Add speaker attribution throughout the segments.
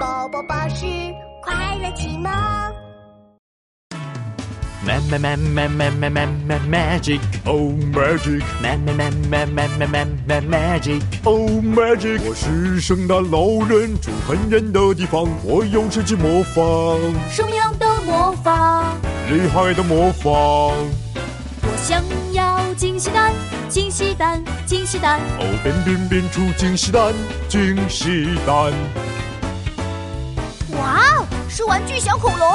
Speaker 1: 宝宝巴士快乐启蒙。
Speaker 2: Ma ma ma ma ma ma ma ma magic.
Speaker 3: Oh magic,
Speaker 2: Ma ma ma ma ma ma ma ma magic.
Speaker 3: oh magic！我是圣诞老人，住很远的地方，我用神奇魔法，
Speaker 1: 什么样的魔法？
Speaker 3: 厉害的魔法。
Speaker 1: 我想要惊喜蛋，惊喜蛋，惊喜蛋。
Speaker 3: 哦，变变变出惊喜蛋，惊喜蛋！
Speaker 1: 哇哦，是玩具小恐龙。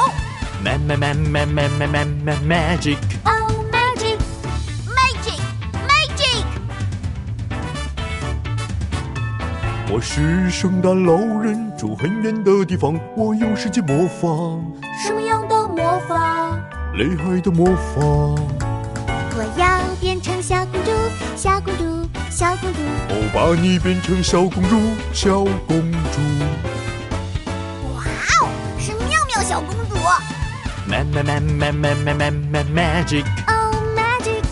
Speaker 2: Ma ma ma ma ma ma ma ma magic.
Speaker 1: Oh magic, magic, magic！
Speaker 3: 我是圣诞老人，住很远的地方，我用神奇魔法，
Speaker 1: 什么样的魔法？
Speaker 3: 厉害的魔法。
Speaker 1: 我要变成小公主，小公主，小公主。
Speaker 3: 哦，把你变成小公主，小公主。
Speaker 1: 哇哦，是妙妙小公主。
Speaker 2: Ma ma ma ma ma ma ma ma magic.
Speaker 1: Oh magic！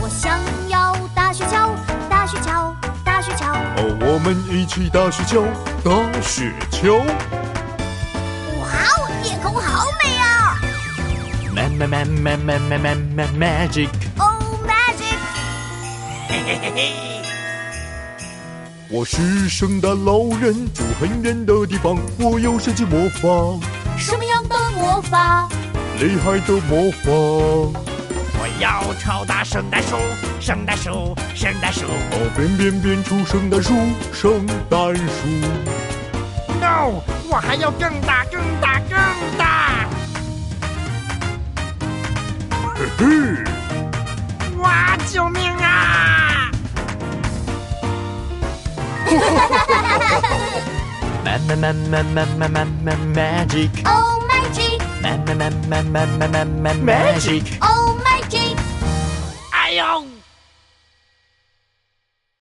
Speaker 1: 我想要大雪橇，大雪橇，大雪橇。
Speaker 3: 哦，我们一起打雪橇，打雪橇。
Speaker 1: 哇哦，夜空好美啊
Speaker 2: Ma ma ma ma ma ma ma ma magic.
Speaker 1: ！Oh magic！
Speaker 3: 我是圣诞老人，住很远的地方，我有神奇魔法，
Speaker 1: 什么样的魔法？
Speaker 3: 厉害的魔法。
Speaker 4: 我要超大圣诞树，圣诞树，圣诞树。
Speaker 3: 哦，变变变出圣诞树，圣诞树。
Speaker 4: No，我还要更大，更大，更大！
Speaker 3: 嘿嘿，
Speaker 4: 哇，救命啊！
Speaker 2: Ma ma ma ma ma ma ma ma magic.
Speaker 1: Oh magic!
Speaker 2: Ma ma ma ma ma ma ma ma magic.
Speaker 1: Oh magic!
Speaker 4: 哎呦！